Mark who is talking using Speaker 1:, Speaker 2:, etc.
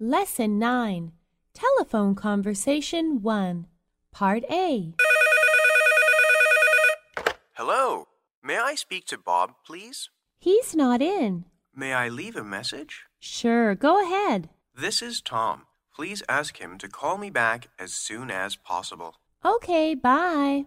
Speaker 1: Lesson 9 Telephone Conversation 1 Part A
Speaker 2: Hello. May I speak to Bob, please?
Speaker 1: He's not in.
Speaker 2: May I leave a message?
Speaker 1: Sure, go ahead.
Speaker 2: This is Tom. Please ask him to call me back as soon as possible.
Speaker 1: Okay, bye.